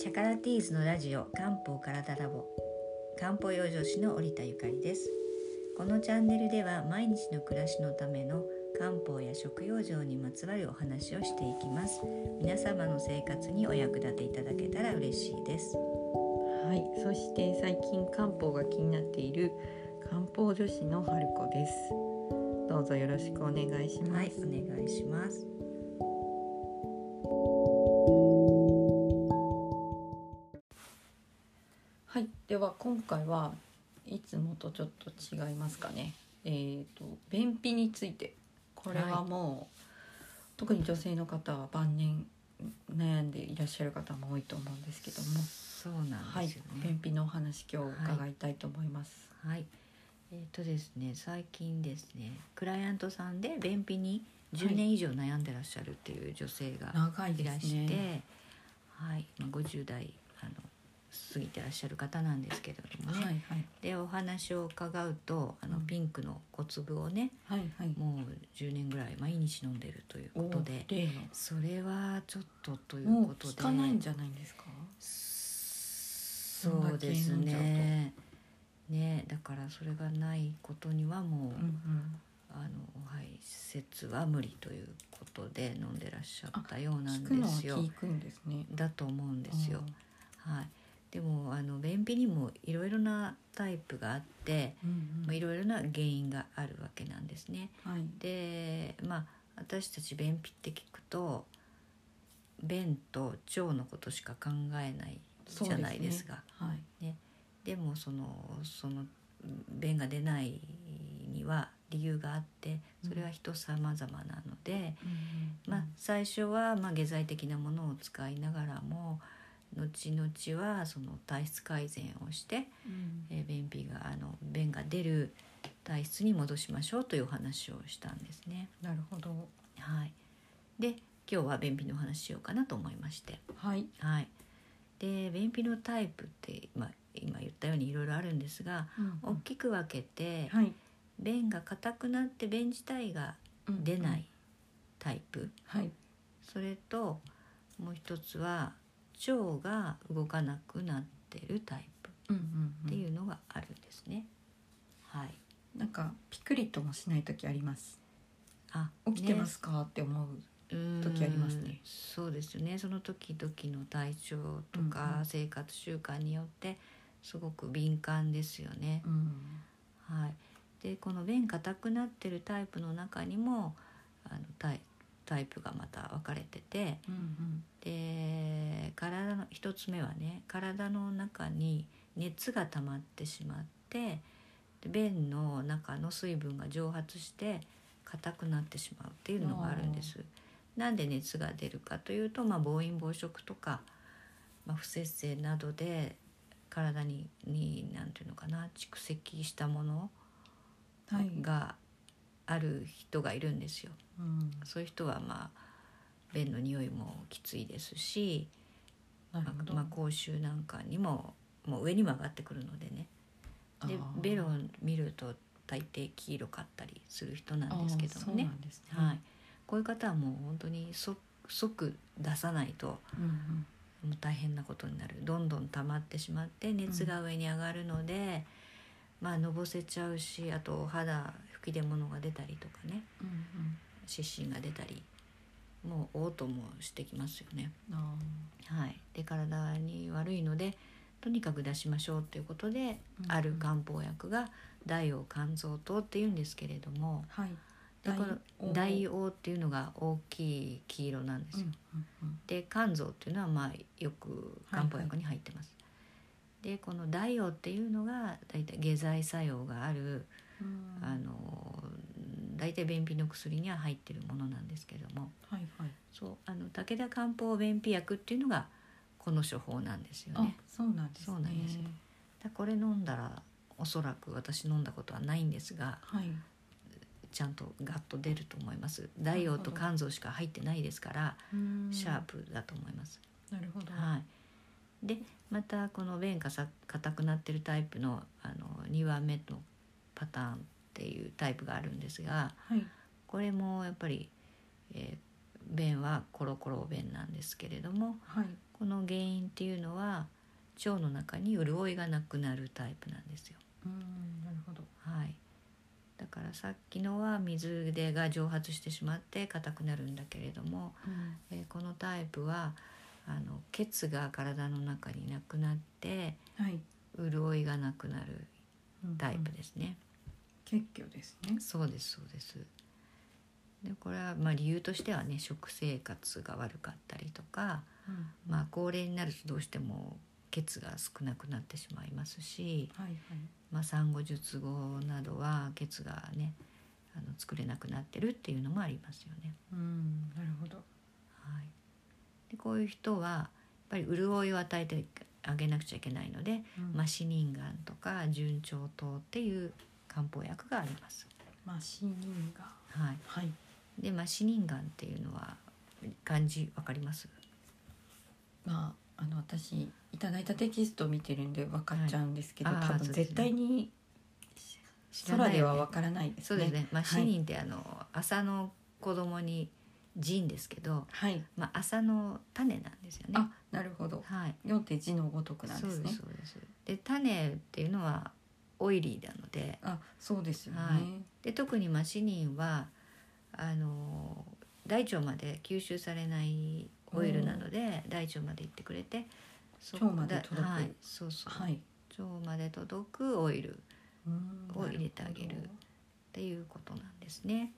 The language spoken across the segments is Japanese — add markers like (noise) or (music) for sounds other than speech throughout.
ティーズのラジオ漢方からだラボ漢方養生師の織田ゆかりですこのチャンネルでは毎日の暮らしのための漢方や食養生にまつわるお話をしていきます皆様の生活にお役立ていただけたら嬉しいですはい、そして最近漢方が気になっている漢方女子の春子です。どうぞよろしくお願いします。はいお願いしますはい、では今回はいつもとちょっと違いますかね。えっ、と便秘についてこれはもう、特に女性の方は晩年悩んでいらっしゃる方も多いと思うんですけども、そうなんはいですよ、ね便秘のお話今日伺いたいと思います。はい、えっ、とですね最近ですねクライアントさんで便秘に10年以上悩んでらっしゃるっていう女性が、長いいでらすしね。て、はい、まあ50代あの過ぎてらっしゃる方なんですけれどもはね、いはいでお話を伺うとあのうんピンクの小粒をねはいはい。もう10年ぐらい毎日飲んでるということでお例のそれはちょっとというもうこと聞でかないんじゃないんですか。そうですねねだからそれがないことにはもう、うんあのはい施設は無理ということで飲んでらっしゃったよううん、なん聞くでのはすよ。聞くんですね。だと思うんですよ。はい、でもあの便秘にもいろいろなタイプがあって、うん。うんうんまあいろいろな原因があるわけなんですね。はい。でまあ私たち便秘って聞くと便と腸のことしか考えないそうじゃないですねか。はい。でもそのその便が出ないには理由があってそれは人様々なので。まあ、最初はまあ下剤的なものを使いながらも後々はその体質改善をして、うんえー便秘があの便が出る体質に戻しましょうというお話をしたんですね。なるほど。はい、で今日は便秘のお話しようかなと思いまして。はい。はい、で便秘のタイプって、まあ、今言ったようにいろいろあるんですが大きく分けて、はい。便が硬くなって便自体がうん出ない。タイプ。はい。それともう一つは腸が動かなくなってるタイプうんうんうん。っていうのがあるんですね。はい。なんかピクリともしない時あります。あ、。起きてますすか、って思う。時時ありますね。そうですよね。その時々の体調とうんうかん生活習慣によってすごく敏感ですよね。うん。はい。で、この便硬くなってるタイプの中にもあのタイタイプがまた分かれてて、うんうん。で体の一つ目はね体の中に熱が溜まってしまってで便の中の水分が蒸発して硬くなってしまうっていうのがあるんです。なんで熱が出るかというと、まあ、暴飲暴食とか、まあ、不摂生などで体にになんていうのかな蓄積したものはい。がある人がいるんですよ。うん。そういう人はまあ便の匂いもきついですし、なるまほあど。まあ、口臭なんかにももう上にも上がってくるのでねであーベロを見ると大抵黄色かったりする人なんですけどもねあーそうなんですねはい、こういう方はもう本当に即即出さないとうんうん。もう大変なことになるどんどん溜まってしまって熱が上に上がるので、まあのぼせちゃうしあとお肌吹き出物が出たりとかねうんうん。湿疹が出たりもう嘔吐もしてきますよね。あはい、で体に悪いのでとにかく出しましょうということで、ーある。漢方薬が大黄肝臓糖っていうんですけれどもはい。だから大大黄っていうのが大きい黄色なんですよ。うんうんで肝臓っていうのはまあよく漢方薬に入ってます。でこの大黄っていうのが大体下剤作用がある、うんあの大体便秘の薬には入ってるものなんですけどもはいはい。そうあの武田漢方便秘薬っていうのがこの処方なんですよあね。、そうなんですね。そうなんですよだこれ飲んだらおそらく私飲んだことはないんですがはい。ちゃんとガッと出ると思います大王と肝臓しか入ってないですからシャープ。プだと思います、なるほど。はいでまたこの便がさ硬くなってるタイプのあの2番目のパターンっていうタイプがあるんですがはい。これもやっぱり、えー便はコロコロ便なんですけれどもはい。ここの原因っていうのは腸の中に潤いがなくなるタイプなんですよ。うんなるほどはい、だからさっきのは水でが蒸発してしまって硬くなるんだけれども、うんえーこのタイプはあの血が体の中になくなってはい潤いがなくなるタイプですね。結局ですねそうですそうです。でこれはまあ理由としてはね食生活が悪かったりとか、まあ、高齢になるとどうしても血が少なくなってしまいますし、はいはいまあ、産後術後などは血がねあの作れなくなってるっていうのもありますよね。うんなるほどはい、でこういう人はやっぱり潤いを与えてあげなくちゃいけないので、ままあ、死人眼とか順調糖っていう漢方薬があります。マシ人がはい、はいでまあ死人眼っていうのは漢字わかりますまああの私いただいたテキストを見てるんで分かっちゃうんですけど、はいあー多そう分ですね絶対に知らな空いではよね分からないですね。そうですね、まあ、はい死人ってあの、朝の子供に人ですけど、はい。まあ、朝の種なんですよね。あ、なるほど。はい、読んで字のごとくなんそでうですすね。そうですで種っていうのはオイリーなのであ、そうですよね。はいで特にマシニンはあの大腸まで吸収されないオイルなので大腸まで行ってくれてそ腸まで届くはい、そうそう、はい。腸まで届くオイルっうーんを入れてあげるていうことなんですね。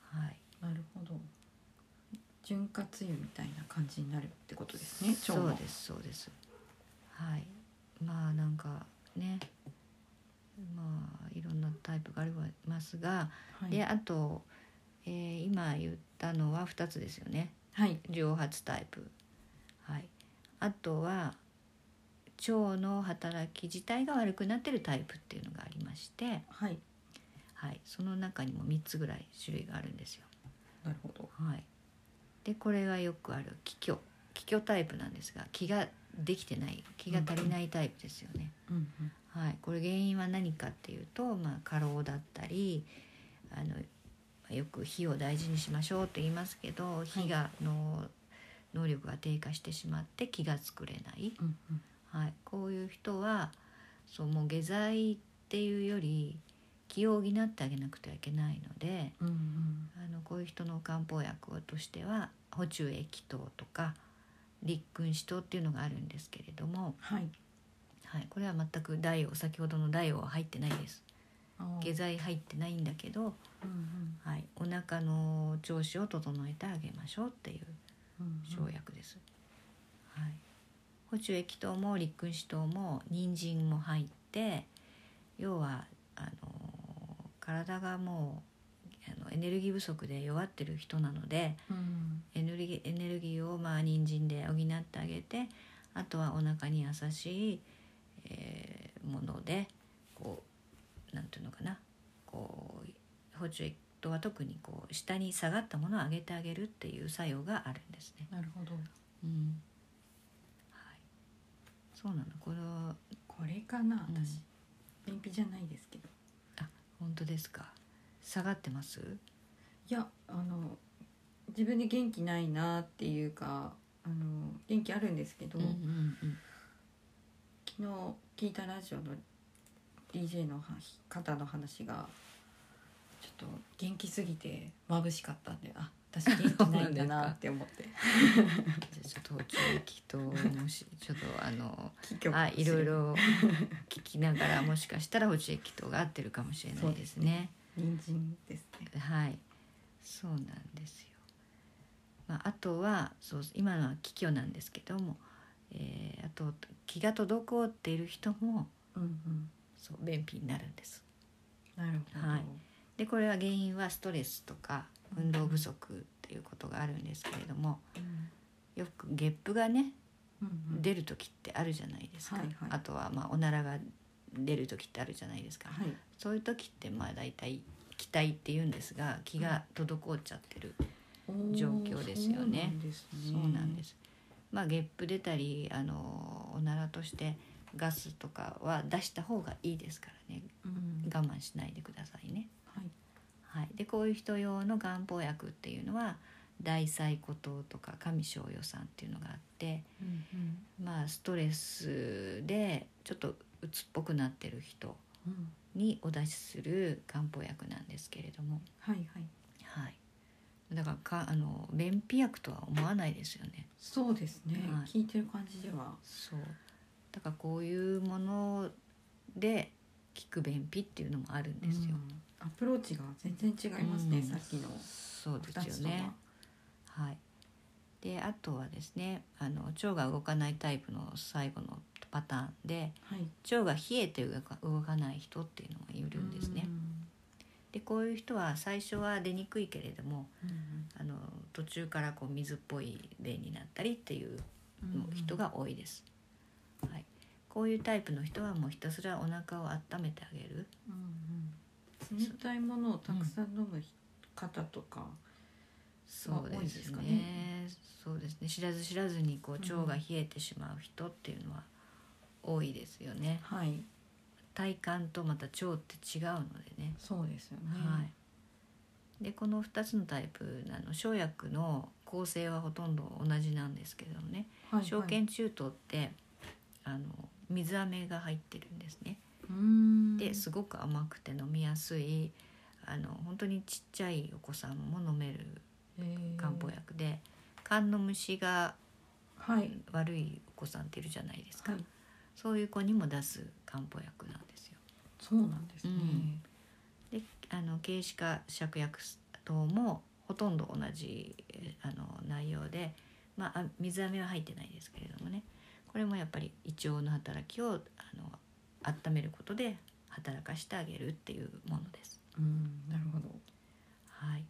はい、なるほど。なるほど潤滑油みたいな感じになるってことですね。腸そうもですそうですはいまあなんかねまあいろんなタイプがありますが、はい。であと、えー今言ったのは2つですよねはい。蒸発タイプはいあとは腸の働き自体が悪くなってるタイプっていうのがありまして、はい。はい、その中にも3つぐらい種類があるんですよ。なるほど。はい、でこれはよくある気虚気虚タイプなんですが気ができてない気が足りないタイプですよね。うんはい、これ原因は何かっていうと、まあ、過労だったりあのまあよく火を大事にしましょうって言いますけど火がの能力が低下してしまって気が作れない、うんうんうん。はい、こういう人はそうもう下剤っていうより気を補ってあげなくてはいけないので。うんうん。あのこういう人の漢方薬としては補中液糖とか立君子糖っていうのがあるんですけれども、はい。はい、これは全く代用先ほどの代用は入ってないですあー下剤入ってないんだけど、うんうんはい、お腹の調子を整えてあげましょうっていううん生薬です、はい、補中液糖も立君子糖も人参も入って要はあの体がもうあのエネルギー不足で弱ってる人なので、うん。エネルギーエネルギーをまあ人参で補ってあげてあとはお腹に優しい、えーものでこうなんていうのかなこう補充とは特にこう下に下がったものを上げてあげるっていう作用があるんですね。なるほど。うんはい、そうなのこれはこれかな。うん私。便秘じゃないですけど。本当ですか下がってますいやあの自分で元気ないなっていうかあの元気あるんですけど、うん昨日聞いたラジオの DJ の話方の話がちょっと元気すぎて眩しかったんであ私 (laughs) 元気ないんだなって思って (laughs) じゃあちょっと補充液ともしちょっとあの結局あいろいろ聞きながらもしかしたら補充液糖が合ってるかもしれないですね。人参ですねはい、そうなんですよ。まあ、あとはそう今のは気虚なんですけども、えーあと気が滞っている人もうんうんそう便秘になるんです。なるほど、はいでこれは原因はストレスとか運動不足っていうことがあるんですけれどもうんよくゲップがねうんうん出る時ってあるじゃないですか、はいはいあとはまあおならが出る時ってあるじゃないですか、はいそういう時ってまあ大体気体って言うんですが気が滞っちゃってる、おー状況ですよねそそううななんんでですねすまあゲップ出たりあのおならとしてガスとかは出した方がいいですからねうん我慢しないでくださいね、はいはい、でこういう人用の漢方薬っていうのは大細骨湯とか上昇予算っていうのがあってうんまあストレスでちょっと鬱っぽくなってる人うん、にお出しする漢方薬なんですけれども、はいはいはい、だからかあの便秘薬とは思わないですよね。そうですね、はい聞いてる感じではそうだからこういうもので効く便秘っていうのもあるんですよ。うんアプローチが全然違いますね、うんさっきのそう2ですつよとは、ね。はい。であとはですねあの腸が動かないタイプの最後のパターンではい腸が冷えて動か動かない人っていうのがいるんですね。でこういう人は最初は出にくいけれどもうんあの途中からこう水っぽい便になったりっていううんうん人が多いです。はい。こういうタイプの人はもうひたすらお腹を温めてあげる。うんうん冷たいものをたくさん飲む方とか、そう多いでですすねかねそうですね知らず知らずにこう腸が冷えてしまう人っていうのは多いですよね、はい体感とまた腸って違うのでね、そうですよね、はいでこの2つのタイプあの生薬の構成はほとんど同じなんですけどもねはい小腱中等ってあの水飴が入ってるんですねでですごく甘くて飲みやすいあの本当にちっちゃいお子さんも飲める漢方薬で缶の虫がはい悪いお子さんっているじゃないですか、はいそういう子にも出す漢方薬なんですよ。そうなんですね、うんであの軽視化芍薬等もほとんど同じえーあの内容で、まあ、あ水飴は入ってないですけれどもねこれもやっぱり胃腸の働きをあの温めることで働かしてあげるっていうものです。うんなるほどはい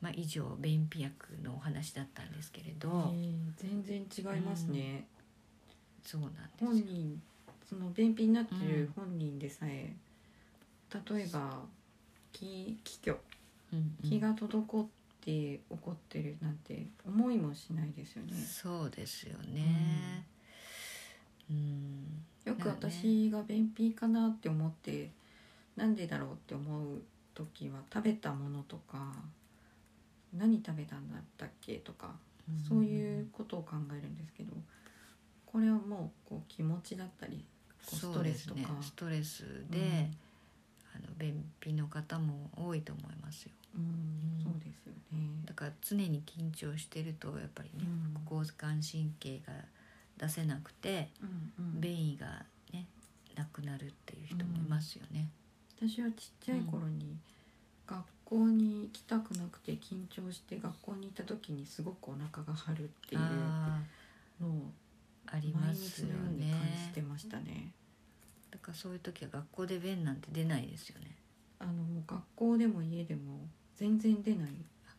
まあ、以上便秘薬のお話だったんですけれど、えー全然違いますね、そうなん本ですよ。人その便秘になってる本人でさえ、例えば気気虚うんうん気が滞って起こってるなんて思いもしないですよねそうですよね。うん、よくだよね私が便秘かなって思ってなんでだろうって思う時は食べたものとか何食べたんだったっけとかそういうことを考えるんですけどこれはもうこう気持ちだったりこうスそうトレでスすとねか。ストレスで、うんあの便秘の方も多いと思いますよ。うんうんそうですよねだから常に緊張してるとやっぱりね、うん交感神経が出せなくてうんうん便意がねなくなるっていう人もいますよね。私はちっちゃい頃に学校に行きたくなくて緊張して学校に行った時にすごくお腹が張るっていうあのをーありま毎す日のよようにね感じてましたね。だからそういう時は学校で便なんて出ないですよね。あのもう学校でも家でも全然出ない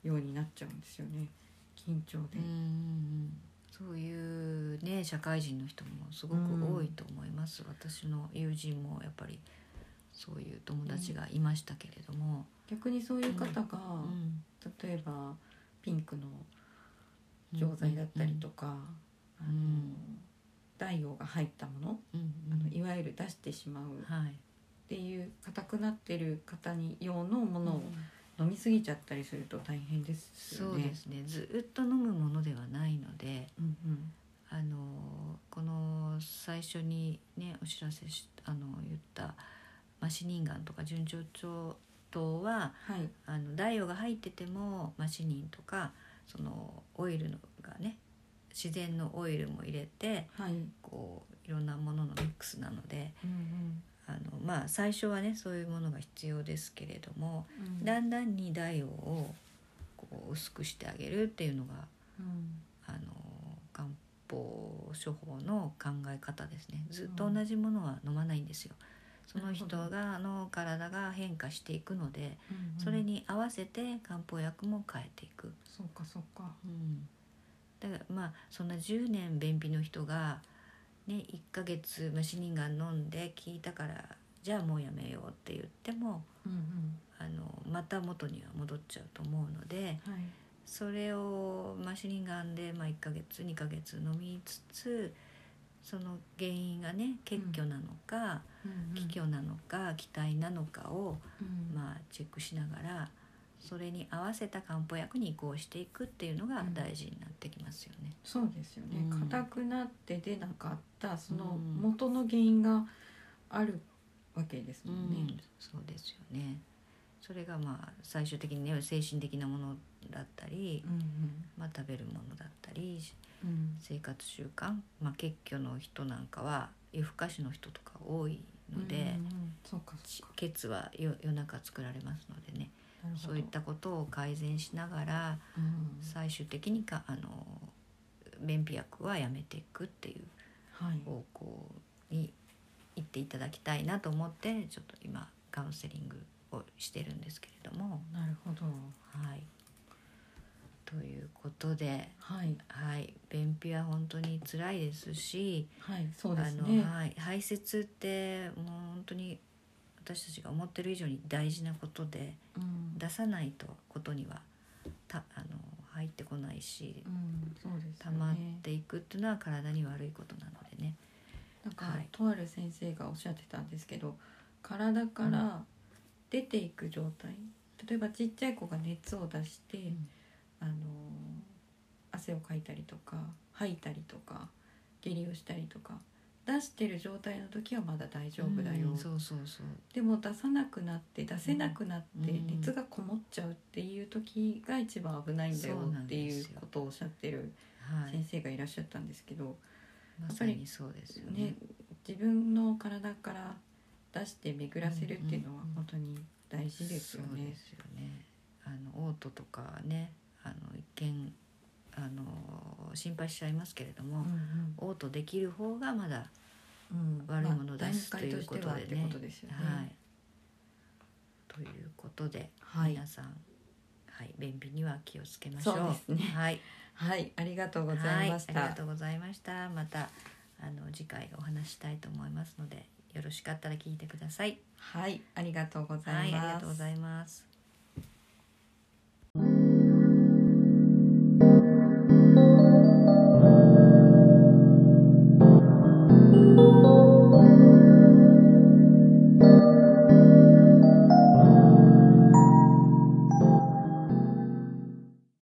ようになっちゃうんですよね緊張で。うんうんうんそういうね社会人の人もすごく多いと思います、私の友人もやっぱりそういう友達がいましたけれども、逆にそういう方が、うん例えばピンクの錠剤だったりとか、んあのうんダイオが入ったもの,、うんうんあのいわゆる出してしまうっはいていう硬くなってる方に用のものうをん飲みすぎちゃったりすると大変ですそようねで。すねずっと飲むものではないのでうんうんあのこの最初にねお知らせしあの言ったマシニンガンとか順調腸糖ははい、あのダイオが入っててもマシニンとかそのオイルのがね自然のオイルも入れてはい、うんこういろんなもののミックスなのでうんあの、まあ、最初はねそういうものが必要ですけれどもうんだんだんにダイオをこう薄くしてあげるっていうのがうんあの漢方処方の考え方ですねずっと同じものは飲まないんですよ。その人がの体が変化していくのでうんうんそれに合わせて漢方薬も変えていく、そうかそうか。だからまあそんな10年便秘の人が、ね、1ヶ月マシニンガン飲んで効いたからじゃあもうやめようって言ってもうんあのまた元には戻っちゃうと思うのでうん、はい。それをマシニンガンで、まあ、1ヶ月2ヶ月飲みつつその原因がね欠虚なのか、うんうん気虚なのか気滞なのかをうんまあ、チェックしながらそれに合わせた漢方薬に移行していくっていうのが大事になってきますよね。そうですよねうん硬、くなって出なかったそのうん元の原因があるわけですもんね。そうですよね。それがまあ最終的にね精神的なものだったり、うんまあ、食べるものだったりうんうん生活習慣、まあ、欠虚の人なんかは夜更かしの人とか多いので、うんうんそうかそうか血は夜夜中作られますのでねなるほどそういったことを改善しながらうん最終的にかあの便秘薬はやめていくっていうはい方向に行っていただきたいなと思ってちょっと今カウンセリングをしてるんですけれどもなるほどはい。ということで、はいはい、便秘は本当に辛いですし、はいそうですあねのはい、排泄ってもう本当に私たちが思ってる以上に大事なことでうん出さないとことにはたあの入ってこないしうんそうですよね溜まっていくっていうのは体に悪いことなのでね。なんか、はいとある先生がおっしゃってたんですけど体から出ていく状態、例えばちっちゃい子が熱を出して、んあのー汗をかいたりとか吐いたりとか下痢をしたりとか出してる状態の時はまだ大丈夫だよ、うんそうそうそう。でも出さなくなって出せなくなってうん熱がこもっちゃうっていう時が一番危ないんだよそうなんっていですうよことをおっしゃってるはい。先生がいらっしゃったんですけど、まやっさぱりにそうですよねね。、自分の体から出して巡らせるっていうのはうんうん本当に大事ですよそうでね。すよね。あの嘔吐とかね、あの一見あの心配しちゃいますけれども、嘔吐できる方がまだうんうん悪いものを出すまあということでね段階としてはってことですよね。はい。ということで、はい皆さん、はい、便秘には気をつけましょう。そうですねはい、はい、ありがとうございましはい、ありがたと。うございました。またあの次回お話したいと思いますので、よろしかったら聞いてください。はい、ありがとうござはいい、ありまがとうごす。ざいます。